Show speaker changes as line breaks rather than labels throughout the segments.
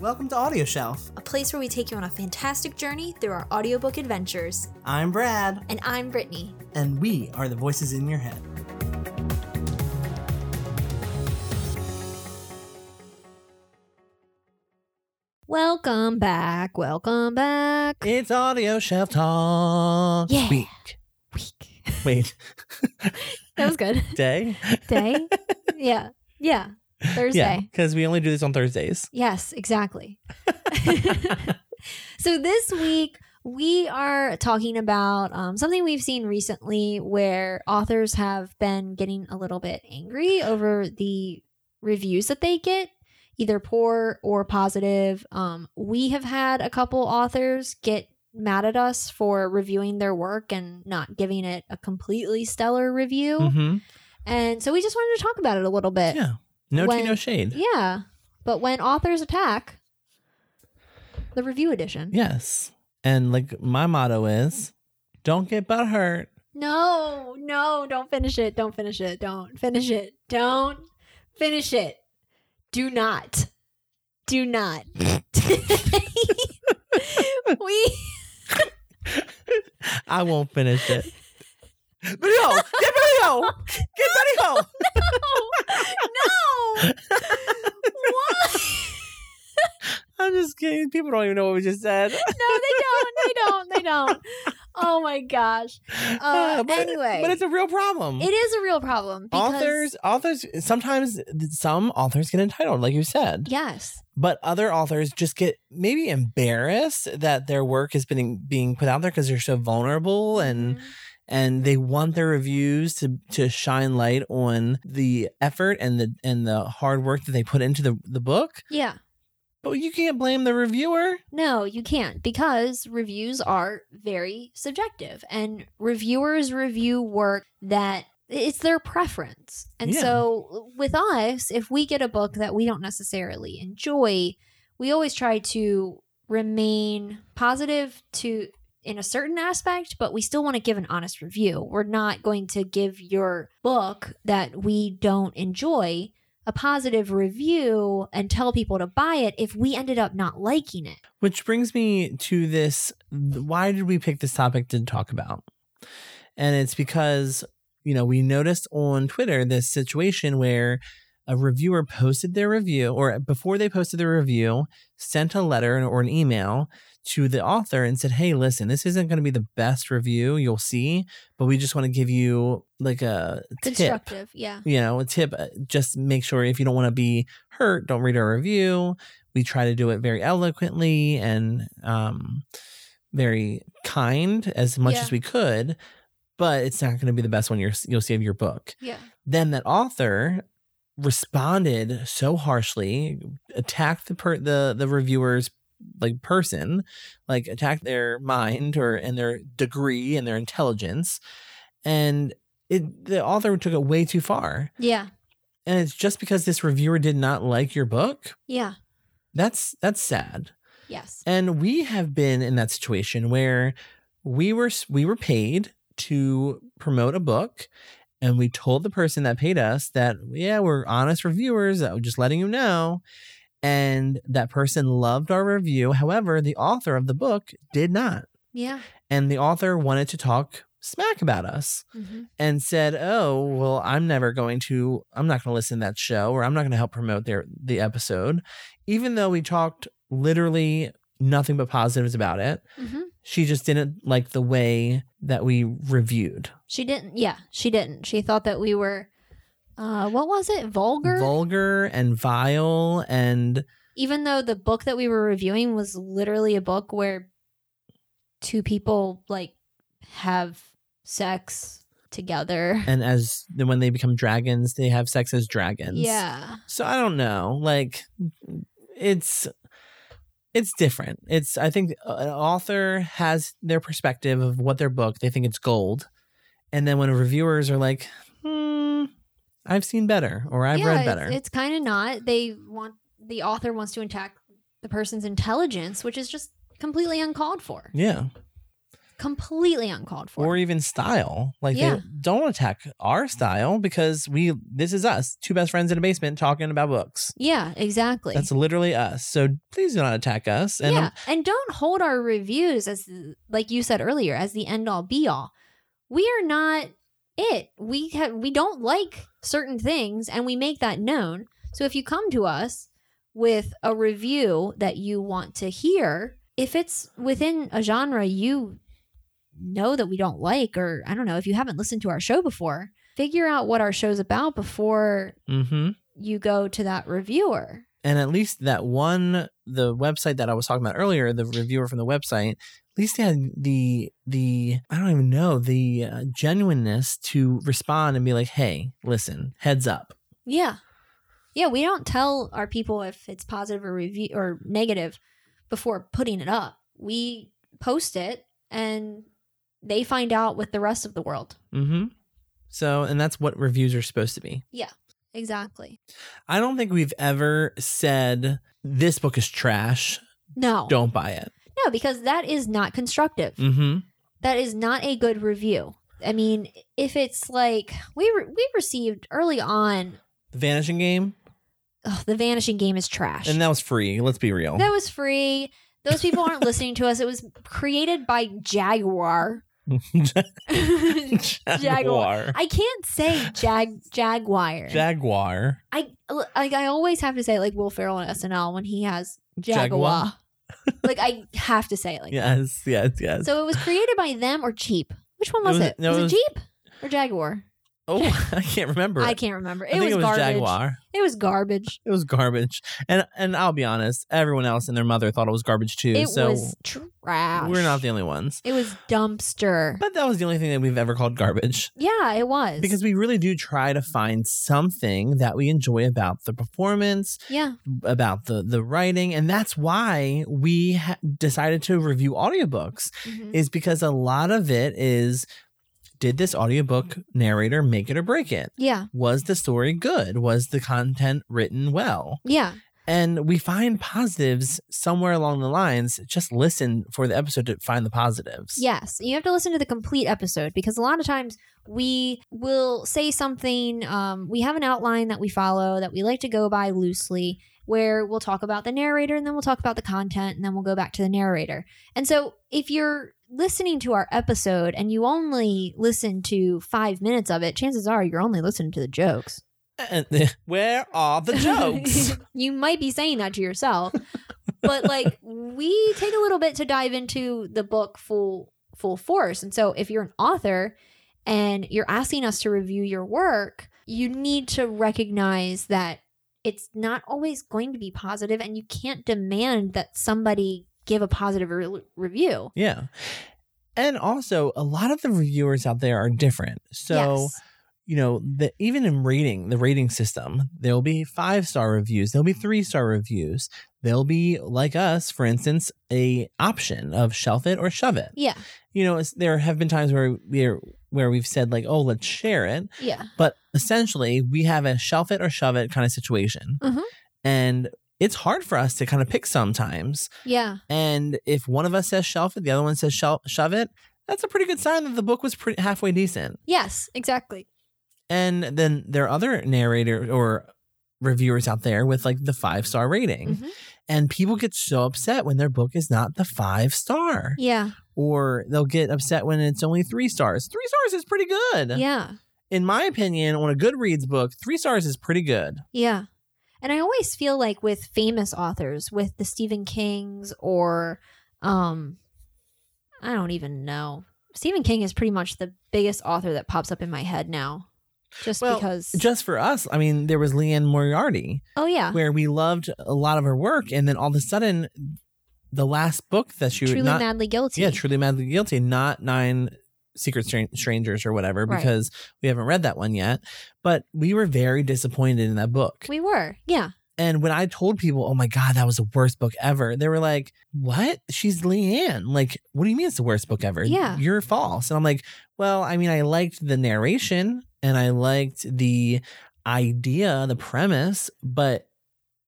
Welcome to Audio Shelf.
a place where we take you on a fantastic journey through our audiobook adventures.
I'm Brad,
And I'm Brittany.
and we are the voices in your head.
Welcome back. Welcome back.
It's Audio Shelf Talk
Yeah.
Week.
Week.
Wait,
That was good.
day?
Day? yeah. Yeah. Thursday.
Yeah, because we only do this on Thursdays.
Yes, exactly. so this week we are talking about um, something we've seen recently where authors have been getting a little bit angry over the reviews that they get either poor or positive um, we have had a couple authors get mad at us for reviewing their work and not giving it a completely stellar review
Mm-hmm.
and so we just wanted to talk about it a little bit
Yeah. No tea,
When-
no shade.
yeah. But when authors attack, the review edition.
Yes. And like my motto is don't get butt hurt.
No, no, don't finish it. Don't finish it. Don't finish it. Don't finish it. Do not. Do not. we
I won't finish it. Video! Get video! Get video!
no. no. Why?
I'm just kidding. People don't even know what we just said.
No, they don't. They don't. They don't. Oh my gosh. Uh,
but,
anyway,
But it's a real problem.
It is a real problem. Because,
authors authors sometimes some authors get entitled like you said
Yes.
but other authors just get maybe embarrassed that their work has been being put out there because they're so vulnerable and
Mhm.
and they want their reviews to to shine light on the effort and the and the hard work that they put into the, the book
yeah.
but you can't blame the reviewer
No, you can't because reviews are very subjective and reviewers review work that it's their preference. And
Yeah.
so uh, with us, if we get a book that we don't necessarily enjoy, we always try to remain positive to in a certain aspect, but we still want to give an honest review. We're not going to give your book that we don't enjoy a positive review and tell people to buy it if we ended up not liking it.
Which brings me to this why did we pick this topic to talk about? And it's because, you know, we noticed on Twitter this situation where a reviewer posted their review, or before they posted their review, sent a letter or an email to the author and said, Hey, listen, this isn't going to be the best review you'll see, but we just want to give you like a tip
constructive yeah
you know, a tip uh, just make sure if you don't want to be hurt, don't read our review. We try to do it very eloquently and um, very kind as much
Yeah.
as we could, but it's not going to be the best one you're, you'll see of your book.
yeah
Then that author responded so harshly, attacked the per- the the reviewer's like person, like attacked their mind or and their degree and their intelligence, and it the author took it way too far
yeah
and it's just because this reviewer did not like your book
yeah
that's that's sad
yes
and we have been in that situation where we were we were paid to promote a book and we told the person that paid us that yeah we're honest reviewers uh, just letting you know and that person loved our review however the author of the book did not
yeah
and the author wanted to talk smack about us
hmm
and said, "Oh, well, I'm never going to. I'm not going to listen to that show, or I'm not going to help promote their the episode," even though we talked literally nothing but positives about it.
hmm
She just didn't like the way that we reviewed.
she didn't yeah she didn't she thought that we were uh what was it vulgar
Vulgar and vile and
even though the book that we were reviewing was literally a book where two people like have sex together
and as then when they become dragons, they have sex as dragons.
yeah
So I don't know. Like it's it's different. It's I think uh, an author has their perspective of what their book, they think it's gold. And then when reviewers are like, "Hmm, I've seen better or I've
yeah,
read
it's-
better."
it's, kind of not they want the author wants to attack the person's intelligence which is just completely uncalled for
yeah.
completely uncalled for.
or even style. Like
Yeah.
they don't attack our style because we this is us, two best friends in a basement talking about books.
yeah, exactly.
That's literally us. So please do not attack us. And
yeah,
um,
and don't hold our reviews as like you said earlier as the end all be all. We are not it. We have we don't like certain things, and we make that known. So if you come to us with a review that you want to hear, if it's within a genre you know that we don't like, or I don't know, if you haven't listened to our show before, figure out what our show's about before
mhm.
you go to that reviewer.
and at least that one the website that i was talking about earlier the reviewer from the website at least they had the the i don't even know the uh, genuineness to respond and be like hey listen heads up
Yeah. Yeah, we don't tell our people if it's positive or review or negative before putting it up. We post it and they find out with the rest of the world.
mm-hmm so and that's what reviews are supposed to be
Exactly.
i don't think we've ever said this book is trash
No.
don't buy it
No, because that is not constructive.
mm-hmm
That is not a good review. I mean, if it's like we re- we received early on,
the vanishing game
oh, the vanishing game is trash.
and that was free let's be real
that was free. Those people aren't listening to us. It was created by Jaguar.
jaguar
I can't say jag jaguar.
jaguar
I like I always have to say like Will Ferrell on SNL when he has jaguar.
Jaguar.
like I have to say it like that.
yes yes yes
So it was created by them or Jeep. Which one was
It was-
it?
no,
was
it
it,
was-
Jeep or Jaguar?
Oh, I can't remember.
I can't remember.
I
It
think
was
it was
garbage.
Jaguar.
It was garbage.
It was garbage, and and I'll be honest, everyone else and their mother thought it was garbage too.
It
so
was trash.
we're not the only ones.
It was dumpster.
But that was the only thing that we've ever called garbage
yeah, it was.
because we really do try to find something that we enjoy about the performance,
yeah,
about the the writing, and that's why we ha- decided to review audiobooks.
mhm.
Is because a lot of it is, did this audiobook narrator make it or break it?
yeah,
Was the story good? Was the content written well?
yeah.
And we find positives somewhere along the lines. Just listen for the episode to find the positives.
Yes, you have to listen to the complete episode because a lot of times we will say something. Um, we have an outline that we follow that we like to go by loosely, where we'll talk about the narrator and then we'll talk about the content and then we'll go back to the narrator. And so if you're listening to our episode and you only listen to five minutes of it, chances are you're only listening to the jokes.
And where are the jokes?
you might be saying that to yourself, but like we take a little bit to dive into the book full full force. And so if you're an author and you're asking us to review your work, you need to recognize that it's not always going to be positive and you can't demand that somebody give a positive re- review.
yeah. And also, a lot of the reviewers out there are different. So,
Yes.
you know, the, even in rating, the rating system, there'll be five star reviews, there'll be three star reviews. There'll be, like us, for instance, a option of shelf it or shove it.
Yeah.
You know, it's, there have been times where we're where we've said like, oh, let's share it.
Yeah.
But essentially, we have a shelf it or shove it kind of situation.
Mhm.
And it's hard for us to kind of pick sometimes.
Yeah.
And if one of us says shelf it, the other one says shel- shove it, that's a pretty good sign that the book was pretty halfway decent.
Yes, exactly.
And then there are other narrators or reviewers out there with like the five star rating.
Mhm.
And people get so upset when their book is not the five star,
Yeah.
or they'll get upset when it's only three stars. Three stars is pretty good.
Yeah.
In my opinion, on a Goodreads book, three stars is pretty good.
Yeah. And I always feel like with famous authors, with the Stephen Kings or um I don't even know. Stephen King is pretty much the biggest author that pops up in my head now. Just
Well,
because
just for us, I mean, there was Leanne Moriarty,
Oh yeah.
where we loved a lot of her work, and then all of a sudden, the last book that she
Truly
not
madly guilty.
yeah, truly madly guilty, not nine secret Stran- strangers or whatever,
Right.
because we haven't read that one yet. But we were very disappointed in that book,
we were. Yeah.
and when I told people, "Oh my god, that was the worst book ever," they were like, "What? She's Leanne? Like, what do you mean it's the worst book ever?
Yeah.
you're false." And I'm like, "Well, I mean, I liked the narration and I liked the idea, the premise, but."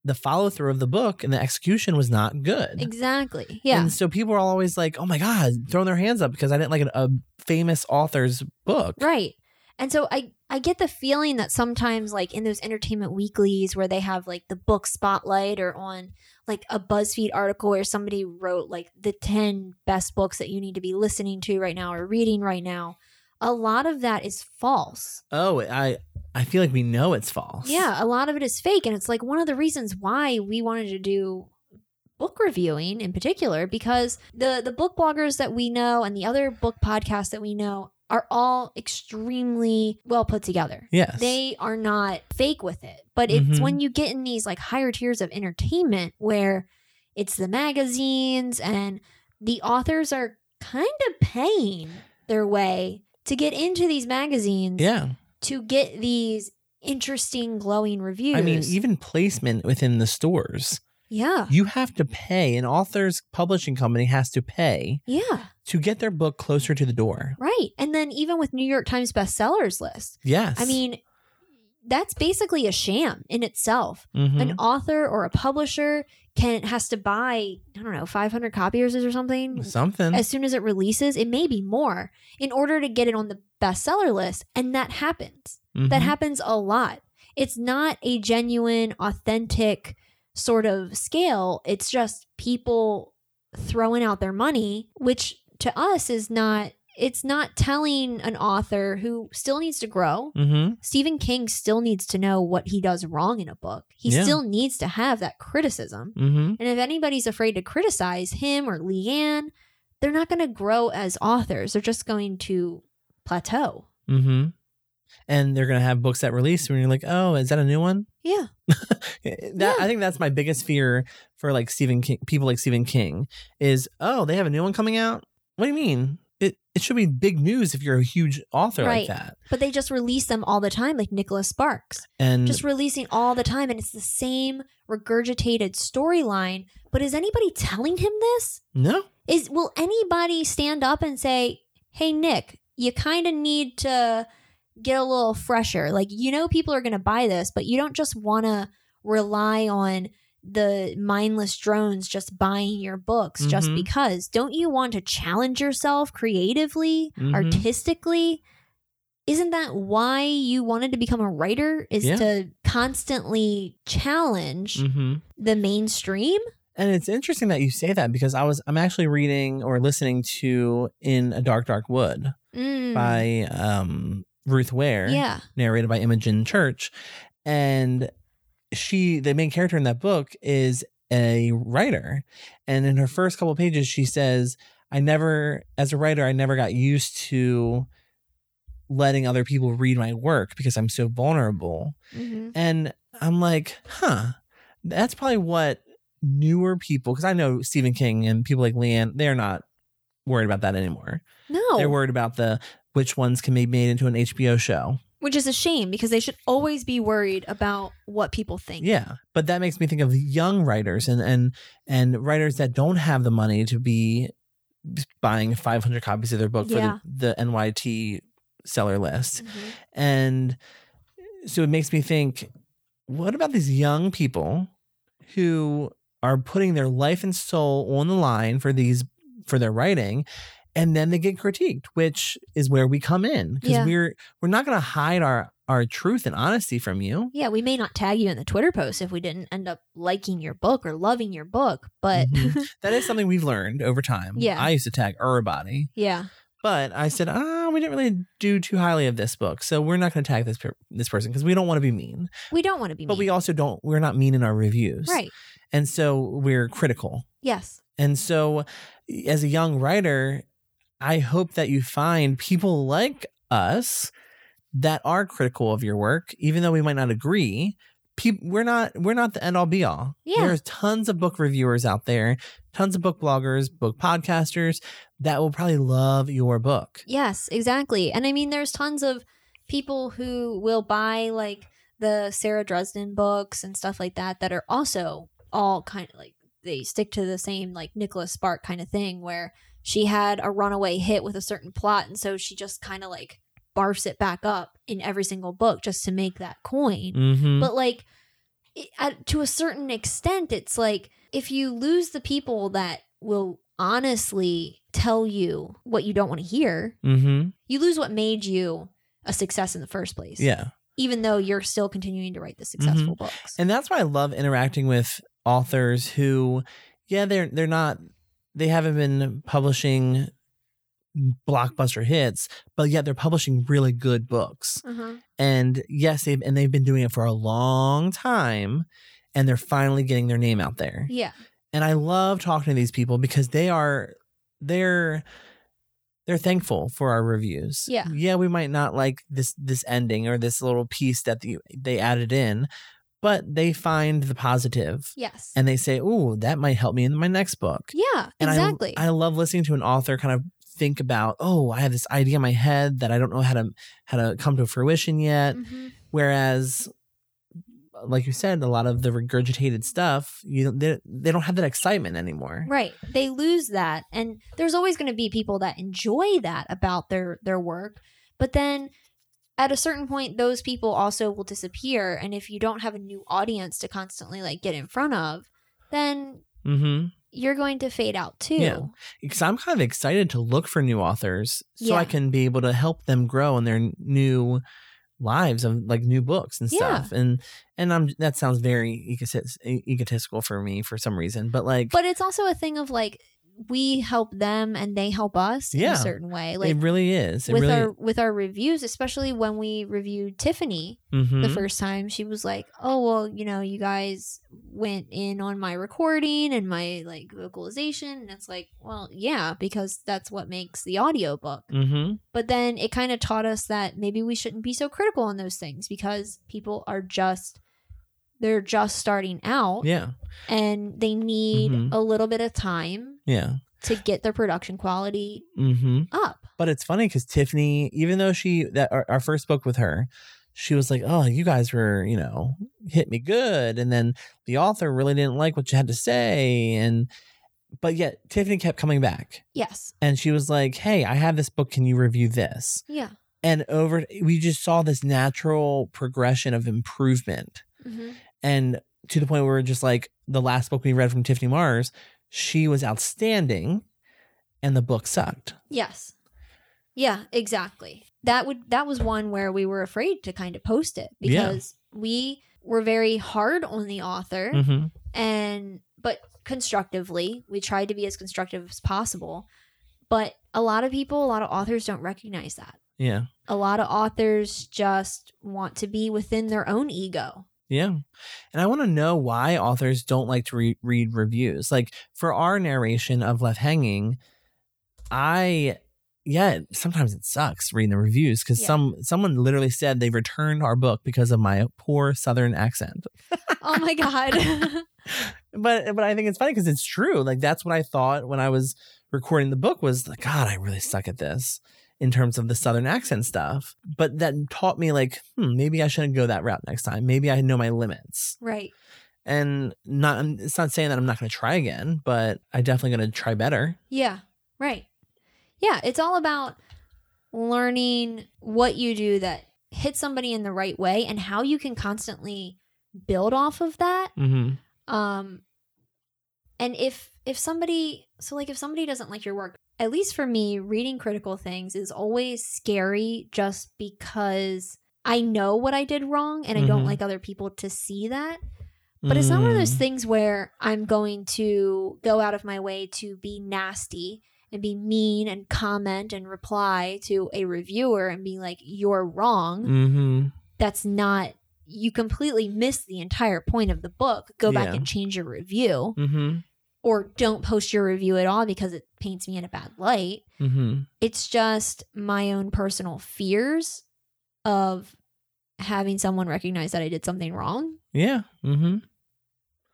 the follow through of the book and the execution was not good.
Exactly. Yeah.
And so people are always like, "Oh my god," throwing their hands up because I didn't like an, a famous author's book.
Right. And so I I get the feeling that sometimes like in those entertainment weeklies where they have like the book spotlight or on like a BuzzFeed article where somebody wrote like the 10 best books that you need to be listening to right now or reading right now, a lot of that is false.
Oh, I I feel like we know it's false.
Yeah, a lot of it is fake and it's like one of the reasons why we wanted to do book reviewing in particular because the the book bloggers that we know and the other book podcasts that we know are all extremely well put together.
Yes.
They are not fake with it. But it's
Mhm.
when you get in these like higher tiers of entertainment where it's the magazines and the authors are kind of paying their way to get into these magazines
yeah.
to get these interesting glowing reviews.
I mean, e even placement within the stores.
yeah.
You have to pay. An author's publishing company has to pay
Yeah,
to get their book closer to the door.
right. And then even with New York Times bestsellers list,
Yes.
I mean, that's basically a sham in itself.
Mhm.
an author or a publisher can has to buy i don't know 500 copies or something
something.
as soon as it releases it may be more in order to get it on the bestseller list and that happens that
Mhm.
happens a lot it's not a genuine authentic sort of scale it's just people throwing out their money which to us is not it's not telling an author who still needs to grow
Mhm.
Stephen King still needs to know what he does wrong in a book. He
Yeah.
still needs to have that criticism.
Mhm.
And if anybody's afraid to criticize him or Leanne, they're not going to grow as authors. They're just going to plateau.
Mhm. And they're gonna have books that release when you're like, oh, is that a new one? Eh,
Yeah.
That
Yeah.
I think that's my biggest fear for like Stephen King, people like Stephen King is, oh, they have a new one coming out. What do you mean? It it should be big news if you're a huge author
Right.
like that.
But they just release them all the time, like Nicholas Sparks,
And
just releasing all the time. And it's the same regurgitated storyline. But is anybody telling him this?
no,
is will anybody stand up and say hey nick you kind of need to get a little fresher like you know people are going to buy this but you don't just want to rely on the mindless drones just buying your books just
Mhm.
because don't you want to challenge yourself creatively
Mhm.
artistically isn't that why you wanted to become a writer is
Yeah.
to constantly challenge
hmm
the mainstream
And it's interesting that you say that because I was I'm actually reading or listening to In a Dark Dark Wood
Mm,
by um Ruth Ware,
yeah
narrated by Imogen Church, and she the main character in that book is a writer, and in her first couple pages she says, "I never as a writer I never got used to." letting other people read my work because I'm so vulnerable.
hmm
And I'm like, huh, that's probably what newer people, because I know Stephen King and people like Leanne, they're not worried about that anymore.
no
They're worried about the which ones can be made into an HBO show.
which is a shame because they should always be worried about what people think.
Yeah. But that makes me think of young writers and and and writers that don't have the money to be buying 500 copies of their book
Yeah.
for the, the NYT seller list.
Mm-hmm.
And so it makes me think what about these young people who are putting their life and soul on the line for these for their writing and then they get critiqued, which is where we come in because
Yeah.
we're we're not going to hide our our truth and honesty from you.
Yeah, we may not tag you in the Twitter post if we didn't end up liking your book or loving your book, but
Mhm. That is something we've learned over time.
Yeah.
I used to tag everybody,
yeah,
but I said, "Ah, we didn't really do too highly of this book, so we're not going to tag this per- this person because we don't want to be mean,
we don't want to be
but we
mean.
also don't we're not mean in our reviews,
right.
and so we're critical.
Yes.
And so, as a young writer, I hope that you find people like us that are critical of your work, even though we might not agree. Peop we're not we're not the end all be all.
Yeah.
There's tons of book reviewers out there, tons of book bloggers, book podcasters that will probably love your book.
Yes, exactly. And I mean there's tons of people who will buy like the Sarah Dresden books and stuff like that that are also all kind of like they stick to the same like Nicholas Spark kind of thing where she had a runaway hit with a certain plot and so she just kind of like barfs it back up in every single book just to make that coin.
Mm-hmm.
But like it, at, to a certain extent, it's like if you lose the people that will honestly tell you what you don't want to hear,
Mm-hmm.
you lose what made you a success in the first place.
Yeah. Mm-hmm.
Even though you're still continuing to write the successful books.
And that's why I love interacting with authors who, yeah, they're they're not they haven't been publishing blockbuster hits, but yet they're publishing really good books.
uh-huh.
And yes, they've and they've been doing it for a long time and they're finally getting their name out there.
Yeah.
And I love talking to these people because they are they're they're thankful for our reviews.
Yeah.
Yeah, we might not like this this ending or this little piece that the, they added in, but they find the positive
Yes.
and they say, "Ooh, that might help me in my next book."
yeah.
And I-
Exactly.
I love listening to an author kind of think about, "Oh, I have this idea in my head that I don't know how to how to come to fruition yet."
Mhm.
Whereas, like you said, a lot of the regurgitated stuff, you don't- they they don't have that excitement anymore.
Right. They lose that. And there's always going to be people that enjoy that about their their work. But then at a certain point those people also will disappear and if you don't have a new audience to constantly like get in front of, then
Mm-hmm.
you're going to fade out too.
Yeah. Because I'm kind of excited to look for new authors, so I
Yeah.
can be able to help them grow in their n- new lives of like new books and
Yeah.
stuff. And and I'm that sounds very egotis- e- egotistical for me for some reason, but like
But it's also a thing of like we help them and they help us in
Yeah.
a certain way. Like
it really is. It
with
really.
our with our reviews, especially when we reviewed Tiffany,
Mhm.
the first time she was like oh well you know you guys went in on my recording and my like vocalization and it's like well yeah because that's what makes the audiobook
Mhm.
but then it kind of taught us that maybe we shouldn't be so critical on those things because people are just they're just starting out
Yeah.
and they need
Mhm.
a little bit of time
Yeah.
to get their production quality
Mm-hmm.
up
But it's funny because Tiffany, even though she that our, our first book with her, she was like, "Oh, you guys were, you know, hit me good," and then the author really didn't like what you had to say, and but yet Tiffany kept coming back,
yes
and she was like, "Hey, I have this book. Can you review this?"
yeah
And over, we just saw this natural progression of improvement,
hmm
and to the point where we're just like the last book we read from Tiffany Mars, she was outstanding, and the book sucked.
Yes. Yeah, exactly. That would that was one where we were afraid to kind of post it
Yeah.
because we were very hard on the author
Mm-hmm.
and but constructively, we tried to be as constructive as possible. But a lot of people, a lot of authors don't recognize that.
Yeah.
A lot of authors just want to be within their own ego.
Yeah. And I want to know why authors don't like to re- read reviews. Like for our narration of Left Hanging, I yeah, sometimes it sucks reading the reviews cuz
Yeah.
some someone literally said they returned our book because of my poor southern accent.
Oh my god.
But but I think it's funny cuz it's true. Like that's what I thought when I was recording the book was like god, I really suck at this in terms of the southern accent stuff. But that taught me like, hmm, maybe I shouldn't go that route next time. Maybe I know my limits
right.
and not I'm- it's not saying that I'm not going to try again, but I definitely going to try better.
Yeah, right. Yeah, it's all about learning what you do that hits somebody in the right way and how you can constantly build off of that.
Mm-hmm.
Um and if if somebody so like if somebody doesn't like your work, at least for me, reading critical things is always scary just because I know what I did wrong and I don't
Mhm.
like other people to see that. But it's not one of
Mm.
those things where I'm going to go out of my way to be nasty and be mean and comment and reply to a reviewer and be like, you're wrong.
Mm-hmm.
That's not, you completely miss the entire point of the book. Go back
Yeah.
and change your review
Mm-hmm.
or don't post your review at all because it paints me in a bad light.
Mm-hmm.
It's just my own personal fears of having someone recognize that I did something wrong
Yeah. Mm-hmm.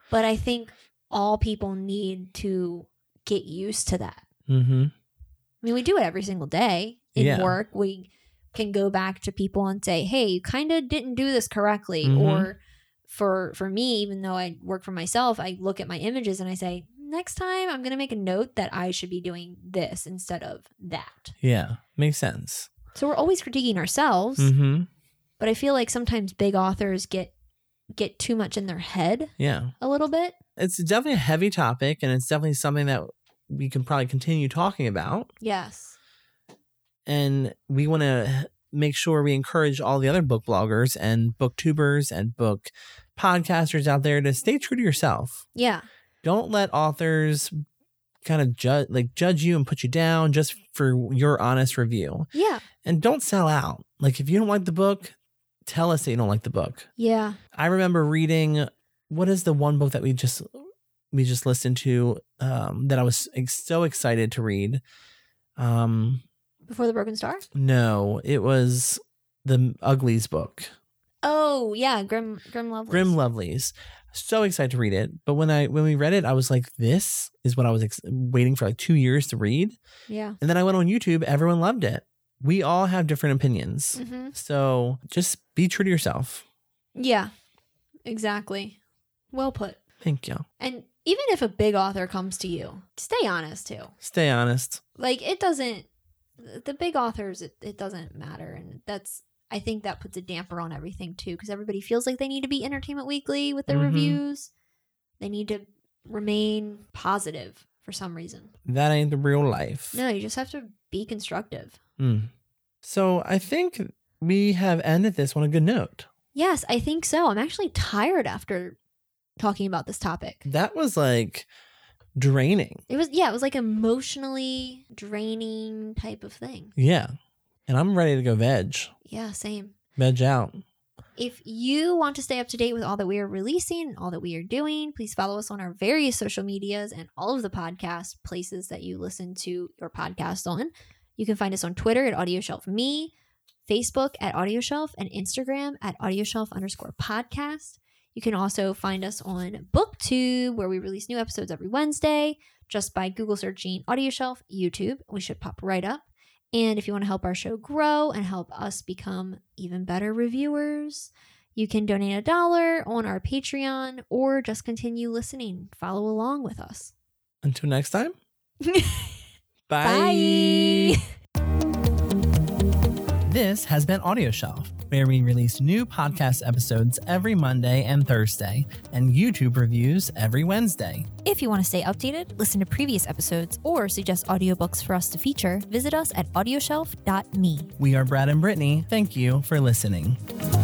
but I think all people need to get used to that.
Mm-hmm.
I mean, we do it every single day in
Yeah.
work. We can go back to people and say, "Hey, you kind of didn't do this correctly,"
Mhm.
or for for me, even though I work for myself, I look at my images and I say, "Next time, I'm going to make a note that I should be doing this instead of that."
Yeah. Makes sense.
So we're always critiquing ourselves,
Mm-hmm.
but I feel like sometimes big authors get get too much in their head
Yeah.
a little bit.
It's definitely a heavy topic and it's definitely something that we can probably continue talking about.
Yes.
And we want to make sure we encourage all the other book bloggers and booktubers and book podcasters out there to stay true to yourself.
Yeah.
Don't let authors kind of judge like judge you and put you down just for your honest review.
Yeah.
And don't sell out. Like if you don't like the book, tell us that you don't like the book.
Yeah.
I remember reading what is the one book that we just we just listened to um, that I was ex- so excited to read. Um,
Before the broken star.
no, it was the Uglies book,
Oh yeah, Grim Grim Lovely.
Grim Lovelies. So excited to read it, but when I when we read it, I was like, "This is what I was ex- waiting for like two years to read."
Yeah.
And then I went on YouTube. Everyone loved it. We all have different opinions,
hmm
so just be true to yourself.
Yeah. Exactly. Well put.
Thank you.
And even if a big author comes to you, stay honest too.
Stay honest.
Like it doesn't the big authors it, it doesn't matter and that's I think that puts a damper on everything too because everybody feels like they need to be entertainment weekly with their
Mhm.
reviews. They need to remain positive for some reason.
That ain't the real life.
No, you just have to be constructive.
Mm. So I think we have ended this on a good note.
Yes, I think so. I'm actually tired after talking about this topic.
That was like draining.
It was yeah, it was like emotionally draining type of thing.
Yeah. And I'm ready to go veg,
Yeah, same.
veg out.
If you want to stay up to date with all that we are releasing, all that we are doing, please follow us on our various social medias and all of the podcast places that you listen to your podcast on. You can find us on Twitter at AudioShelf Me, Facebook at AudioShelf, and Instagram at AudioShelf underscore podcast. You can also find us on BookTube, where we release new episodes every Wednesday. Just by Google searching AudioShelf YouTube, we should pop right up. And if you want to help our show grow and help us become even better reviewers, you can donate a dollar on our Patreon or just continue listening. Follow along with us.
Until next time.
Bye.
This has been Audio Shelf, where we release new podcast episodes every Monday and Thursday, and YouTube reviews every Wednesday.
If you want to stay updated, listen to previous episodes, or suggest audiobooks for us to feature, visit us at audioshelf.me.
We are Brad and Brittany. Thank you for listening.